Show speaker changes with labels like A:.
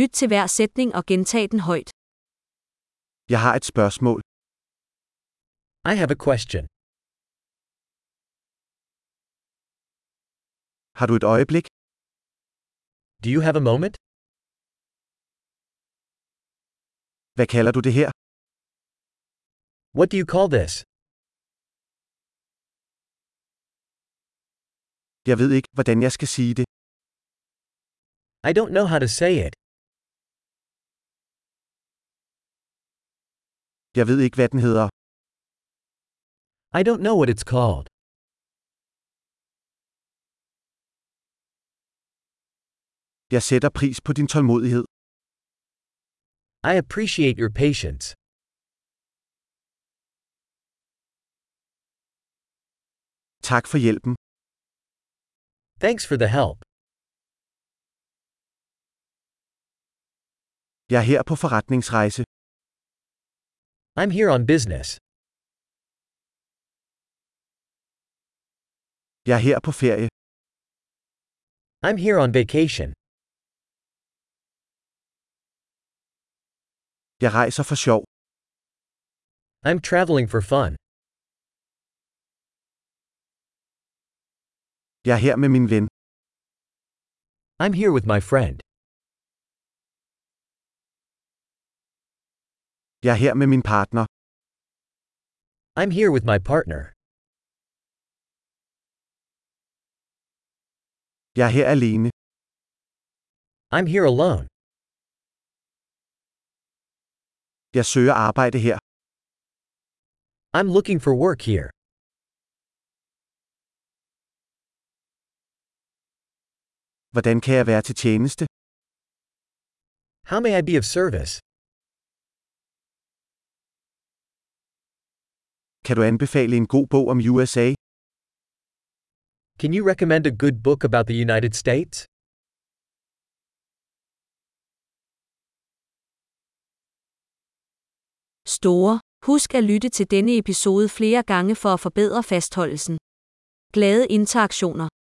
A: Lyt til hver sætning og gentag den højt.
B: Jeg har et spørgsmål.
C: I have a question.
B: Har du et øjeblik?
C: Do you have a moment?
B: Hvad kalder du det her?
C: What do you call this?
B: Jeg ved ikke, hvordan jeg skal sige det.
C: I don't know how to say it.
B: Jeg ved ikke, hvad den hedder.
C: I don't know what it's called.
B: Jeg sætter pris på din tålmodighed.
C: I appreciate your patience.
B: Tak for hjælpen.
C: Thanks for the help.
B: Jeg er her på forretningsrejse.
C: I'm here on business.
B: Jeg er her på ferie.
C: I'm here on vacation.
B: Jeg rejser for sjov.
C: I'm traveling for fun.
B: Jeg er her med min ven.
C: I'm here with my friend.
B: Jeg er her med min partner.
C: I'm here with my partner.
B: Jeg er her alene.
C: I'm here alone.
B: Jeg søger arbejde her.
C: I'm looking for work here.
B: Hvordan kan jeg være til tjeneste?
C: How may I be of service?
B: Kan du anbefale en god bog om USA?
C: Can you recommend a good book about the United States?
A: Store. Husk at lytte til denne episode flere gange for at forbedre fastholdelsen. Glade interaktioner.